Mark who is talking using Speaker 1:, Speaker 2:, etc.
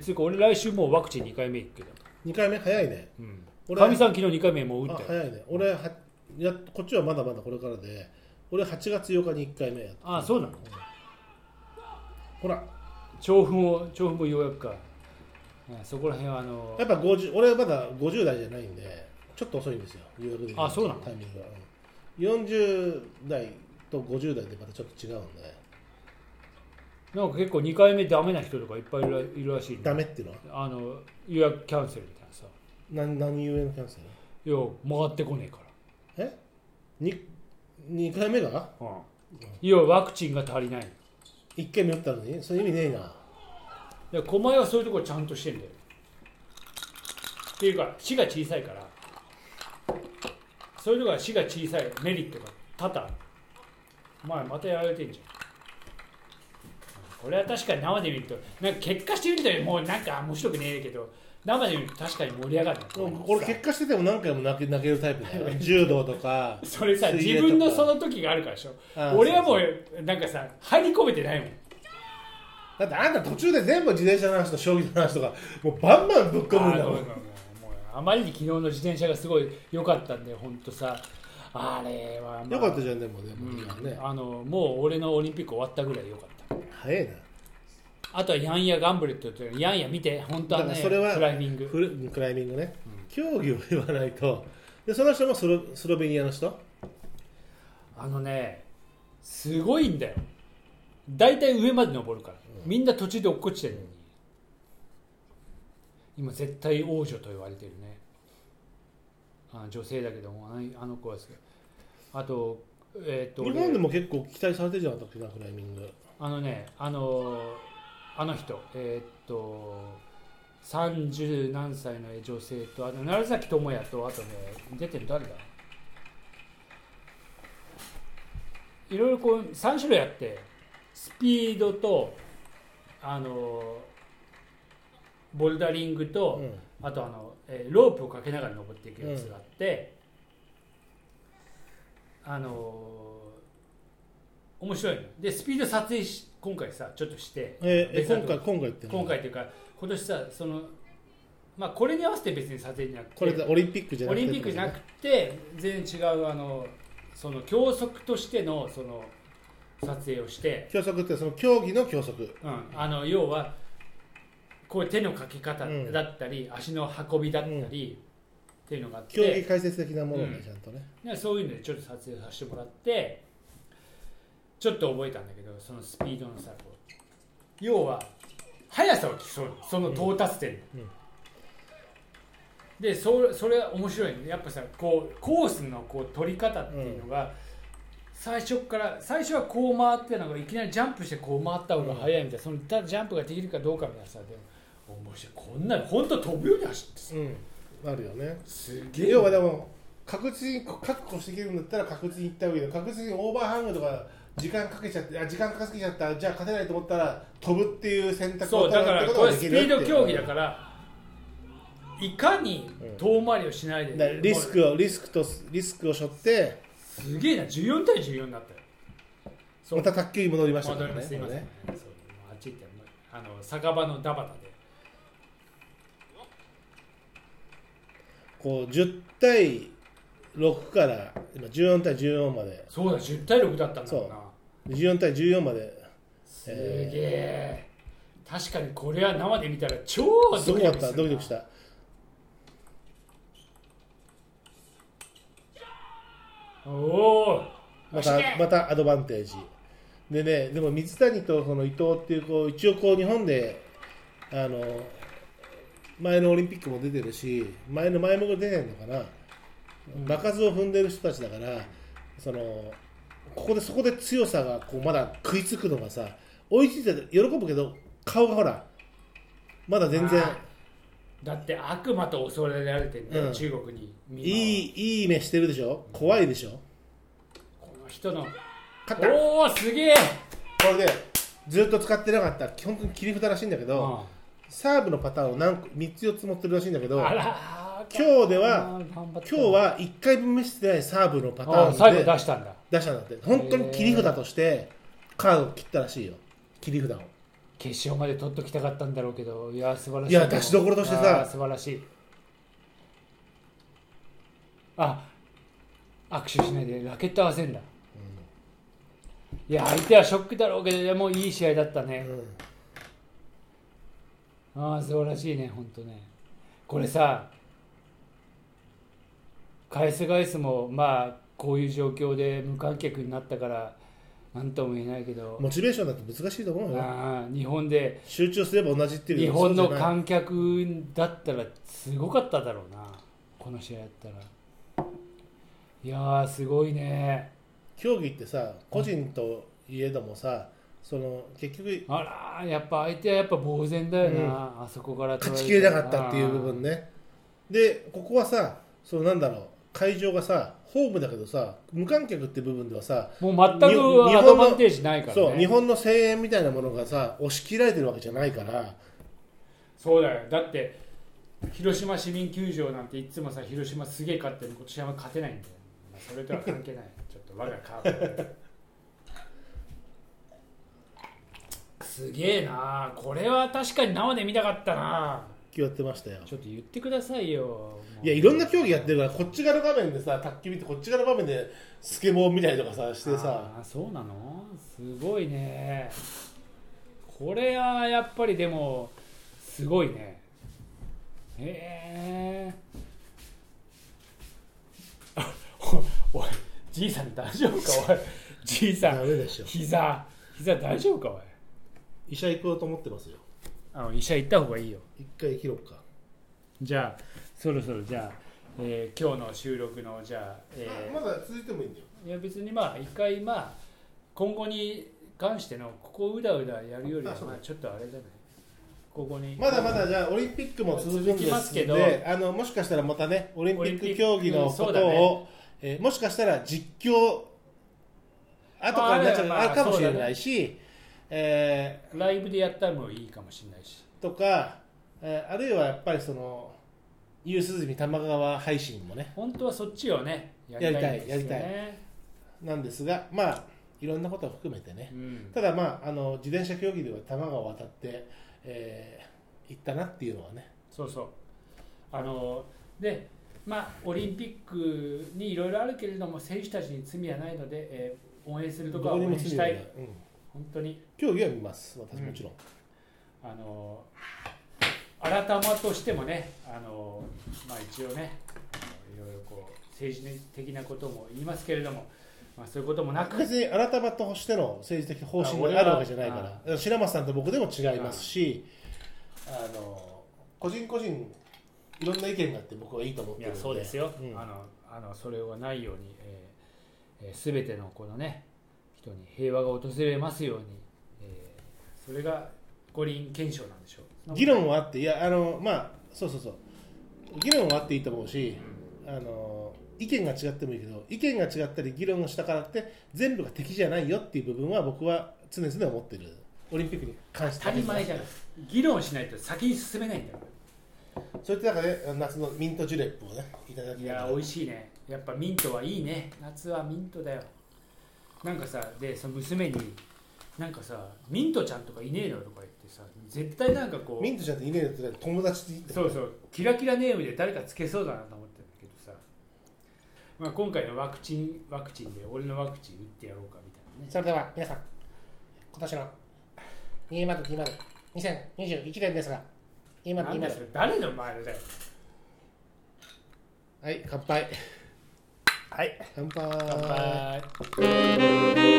Speaker 1: つうか俺来週もうワクチン2回目行くけど
Speaker 2: 2回目早いね
Speaker 1: うんかみさん昨日2回目もう打
Speaker 2: あ
Speaker 1: ったよ
Speaker 2: 早いね俺はやこっちはまだまだこれからで俺8月8日に1回目やった
Speaker 1: ああそうなの
Speaker 2: ほら
Speaker 1: 調布も調布もようやくかあそこら辺はあの
Speaker 2: やっぱ50俺まだ50代じゃないんでちょっと遅いんですよ予約できる
Speaker 1: あそうなの
Speaker 2: タイミングが、うん、40代と50代でまたちょっと違うんで
Speaker 1: なんか結構2回目ダメな人とかいっぱいいるらいるらしいね
Speaker 2: ダメっていうのは
Speaker 1: あの予約キャンセルみたいなさ
Speaker 2: 何何故のキャンセ
Speaker 1: いや回ってこね
Speaker 2: ル
Speaker 1: えか
Speaker 2: えに2回目が
Speaker 1: ら、いやワクチンが足りない
Speaker 2: 1回目打ったのにそれ意味ねえな
Speaker 1: で狛江はそういうところちゃんとしてんだよっていうか市が小さいからそういうところは市が小さいメリットが多々あるお前またやられてんじゃんこれは確かに生で見るとなんか結果してみるともうなんか面白くねえけど生で見ると確かに盛り上がる
Speaker 2: でもこれ結果してても何回も泣け泣けるタイプだよ柔道と か
Speaker 1: それさ
Speaker 2: 水泳とか
Speaker 1: 自分のその時があるからでしょ
Speaker 2: あー
Speaker 1: 俺はも
Speaker 2: そう
Speaker 1: うなんかさ入り込めてないもん
Speaker 2: だってあんた途中で全部自転車の話と将棋の話とかもうバンバンぶっ込むんだ
Speaker 1: あ
Speaker 2: も
Speaker 1: ーごめ
Speaker 2: ん
Speaker 1: んごめんもうもうあまりに昨日の自転車がすごい良かったんで本当さあれは、まあ
Speaker 2: よかったじゃんでもね
Speaker 1: うん
Speaker 2: もう今ね
Speaker 1: あのもう俺のオリンピック終わったぐらい良かった
Speaker 2: 早いな
Speaker 1: あとはヤンヤガンブレットっていうヤンヤ見て本当は
Speaker 2: だ
Speaker 1: ね
Speaker 2: からそれは
Speaker 1: クライミング
Speaker 2: フルクライミングね、競技を言わないとでその人もスロスロベニアの人
Speaker 1: あのねすごいんだよ大体上まで登るから、みんな途中で落っこちてるのに今絶対王女と言われてるねあ女性だけどもあのあの子はすごいあとえーっと
Speaker 2: 日
Speaker 1: 俺
Speaker 2: 本でも結構期待されてるじゃん私なクライミング
Speaker 1: あのねあのあの人えーっと30何歳の女性とあの楢崎智也とあとね出てる誰だいろいろこう3種類あってスピードとあのボルダリングと、
Speaker 2: うん
Speaker 1: あとあの、えーロープをかけながら登っていくやつがあって、あのー面白いのでスピード撮影し今回さちょっとして、
Speaker 2: ええ
Speaker 1: 別な
Speaker 2: 今
Speaker 1: と
Speaker 2: 回
Speaker 1: こ
Speaker 2: 今回って
Speaker 1: 今回っていうか今年さそのまあこれに合わせて別に撮影じゃなくて
Speaker 2: これでオリンピックじゃな
Speaker 1: オ
Speaker 2: くて
Speaker 1: リンピックじゃなくて全然違うあのその教則としてのその撮影をして、
Speaker 2: 教則ってその競技の教則
Speaker 1: うん、あの要はこう手のかけ方
Speaker 2: うん
Speaker 1: だったり、足の運びだったり、っていうのがあっ
Speaker 2: 競技
Speaker 1: て
Speaker 2: 解説的なものね、
Speaker 1: うん
Speaker 2: ちゃんとね
Speaker 1: でそういうのでちょっと撮影させてもらってちょっと覚えたんだけどそのスピードのさこう要は速さを競うのその到達点の、
Speaker 2: うんうん
Speaker 1: でそそれは面白いねやっぱさこうコースのこう取り方っていうのが、最初から最初はこう回ってたのがいきなりジャンプしてこう回った方が速いみたいな、そのたジャンプができるかどうかみたいなさでも面白いこんなの本当飛ぶように走ってさ
Speaker 2: うんあるよね
Speaker 1: すげえ
Speaker 2: 要はでも確実に確保していけるんだったら確実にいった方がいいけど確実にオーバーハングとか時間かけちゃってあ時間かけちゃったじゃあ勝てないと思ったら飛ぶっていう選択
Speaker 1: そうだから
Speaker 2: 取るって
Speaker 1: こ
Speaker 2: こ
Speaker 1: れ
Speaker 2: とがで
Speaker 1: スピ
Speaker 2: きるってい
Speaker 1: ー
Speaker 2: う
Speaker 1: ド競技だからいかに遠回りをしないで、
Speaker 2: だからリスクをリスクとリスクを背負って
Speaker 1: すげえな14対14になったよそう
Speaker 2: また卓球に戻りました
Speaker 1: 戻りますすいません、
Speaker 2: ね
Speaker 1: そうあっち行ってもうあの酒場のダバタで
Speaker 2: こう10対6から今14対14まで
Speaker 1: そうだ10対6だったんだもんな
Speaker 2: 14対14まです
Speaker 1: げえ確かにこれは生で見たら超
Speaker 2: す
Speaker 1: ド
Speaker 2: ご
Speaker 1: キ
Speaker 2: かっ
Speaker 1: ドキす
Speaker 2: た
Speaker 1: る
Speaker 2: ドキドキしたた
Speaker 1: おお
Speaker 2: またまたアドバンテージでねでも水谷とその伊藤っていうこう一応こう日本であの前のオリンピックも出てるし前の前も出てるのかな場数を踏んでる人たちだからそのここでそこで強さがこうまだ食いつくのがさ追いついて喜ぶけど顔がほらまだ全然
Speaker 1: あーだって悪魔と恐れられてるんだよ、
Speaker 2: うん
Speaker 1: 中国に見
Speaker 2: い
Speaker 1: 回る
Speaker 2: いいい目してるでしょ怖いでしょ
Speaker 1: この人の
Speaker 2: 勝ったこ
Speaker 1: おおすげ
Speaker 2: れ
Speaker 1: え
Speaker 2: でずっと使ってなかった基本的に切り札らしいんだけど、サーブのパターンを何個3つ4つ持ってるらしいんだけど
Speaker 1: あ
Speaker 2: 今
Speaker 1: ら
Speaker 2: 今日では日
Speaker 1: は
Speaker 2: は1回分目してないサーブのパタ
Speaker 1: あ最
Speaker 2: ーン
Speaker 1: 後
Speaker 2: で
Speaker 1: 出したんだ
Speaker 2: 出したんだって本当に切り札としてカードを切ったらしいよ切り札を
Speaker 1: 決勝まで取っときたかったんだろうけどいや素晴らしい
Speaker 2: いや出しどころとしてさ
Speaker 1: いや素晴らしいあ握手しないでラケット合わせんだ、いや相手はショックだろうけどいやもういい試合だったね、
Speaker 2: うん
Speaker 1: ああ素晴らしいね本当ねこれさ返す返すもまあこういう状況で無観客になったから何とも言えないけど、
Speaker 2: モチベーションだって難しいと思うよ
Speaker 1: ああ日本で
Speaker 2: 集中すれば同じっていう
Speaker 1: 日本
Speaker 2: そ
Speaker 1: の
Speaker 2: うじゃない
Speaker 1: 観客だったらすごかっただろうなこの試合やったらいやーすごいね
Speaker 2: 競技ってさ個人といえどもさその結局
Speaker 1: あらーやっぱ相手はやっぱ呆然だよな、あそこから取
Speaker 2: 勝
Speaker 1: ら
Speaker 2: ち
Speaker 1: れ
Speaker 2: きれなかったっていう部分ねでここはさそのなんだろう会場がさホームだけどさ無観客って部分ではさ
Speaker 1: あーもう全
Speaker 2: に
Speaker 1: くアドバンテージないからね
Speaker 2: そう日本の声援みたいなものがさ押し切られてるわけじゃないから
Speaker 1: そうだよだって広島市民球場なんていつもさ広島すげえ勝ってる今年は勝てないんだよまあそれとは関係ないちょっと我がカープすげえなこれは確かに生で見たかったな
Speaker 2: 気をやってましたよ
Speaker 1: ちょっと言ってくださいよもう
Speaker 2: いやいろんな競技やってるからこっち側の画面でさ卓球見てこっち側の画面でスケボー見たりとかさしてさ
Speaker 1: あーそうなのすごいねこれはやっぱりでもすごいねへえあ おおいじいさん大丈夫かおいじいさ
Speaker 2: ダ
Speaker 1: ん
Speaker 2: メでしょ
Speaker 1: 膝膝大丈夫かおい
Speaker 2: 医者行こうと思ってますよ
Speaker 1: あの医者行った方がいいよ
Speaker 2: 一回切ろうか
Speaker 1: じゃあそろそろじゃあ、えー今日の収録のじゃあ、えー
Speaker 2: あまだ続いてもいいんだよ
Speaker 1: いや別にまあ一回まあ今後に関してのここをうだうだやるよりは
Speaker 2: あそう
Speaker 1: まあちょっとあれじゃないここに
Speaker 2: まだまだじゃあオリンピックも続くん
Speaker 1: 続
Speaker 2: で
Speaker 1: き
Speaker 2: す
Speaker 1: ますけど
Speaker 2: であのもしかしたらまたねオリンピック競技のこ
Speaker 1: オリンピックそう
Speaker 2: と
Speaker 1: だ
Speaker 2: を、えーもしかしたら実況後からになっちゃう
Speaker 1: あまあ
Speaker 2: あるかもしれないし、え
Speaker 1: ライブでやったらもういいかもしれないし
Speaker 2: ーとか、えーあるいはやっぱりその夕涼み玉川配信もね
Speaker 1: 本当はそっちをねやんですよね
Speaker 2: やりたなんですがまあいろんなことを含めてね
Speaker 1: うん、
Speaker 2: ただまああの自転車競技では玉川を渡って、えー行ったなっていうのはね
Speaker 1: そうそうあのでまあオリンピックにいろいろあるけれども選手たちに罪はないので、えー応援するとこは応援したい
Speaker 2: どこにも罪はないうん
Speaker 1: 本当に
Speaker 2: 競技は見ます私もちろん、
Speaker 1: あの改まとしてもね、あのまあ、一応ね、あのいろいろこう政治的なことも言いますけれども、まあ、そういうこともなく、
Speaker 2: 別に改まとしての政治的方針
Speaker 1: あ
Speaker 2: が
Speaker 1: 俺は
Speaker 2: あるわけじゃないから白松さんと僕でも違いますしあの個人個人いろんな意見があって僕はいいと思っ
Speaker 1: い
Speaker 2: てる
Speaker 1: や
Speaker 2: んで
Speaker 1: そうですよ、
Speaker 2: うん
Speaker 1: あのあのそれはないように、す、え、べ、全てのこのね、人に平和が訪れますように、えーそれが五輪憲章なんでしょう。
Speaker 2: 議論はあっていやあのまあそうそうそう議論はあっていいと思うしあの意見が違ってもいいけど意見が違ったり議論をしたからって全部が敵じゃないよっていう部分は僕は常々思ってるオリンピックに関して
Speaker 1: 当たり前じゃない議論しないと先に進めないんだか
Speaker 2: そういった中で夏のミントジュレップをねいただ
Speaker 1: ら
Speaker 2: き
Speaker 1: い
Speaker 2: なが
Speaker 1: や
Speaker 2: ら
Speaker 1: ー美味しいねやっぱミントはいいね夏はミントだよなんかさでその娘になんかさミントちゃんとかいねえのとか言ってさ絶対なんかこう
Speaker 2: ミントちゃんっていねえよって友達って言って
Speaker 1: そうそうキラキラネームで誰かつけそうだなと思ってるけどさ、まあ、今回のワクチンワクチンで俺のワクチン打ってやろうかみたいなね
Speaker 2: それでは皆さん今年の20202021年ですが今
Speaker 1: なんだよそれ誰の前でだよ
Speaker 2: はい乾杯
Speaker 1: はい
Speaker 2: 乾杯
Speaker 1: 乾杯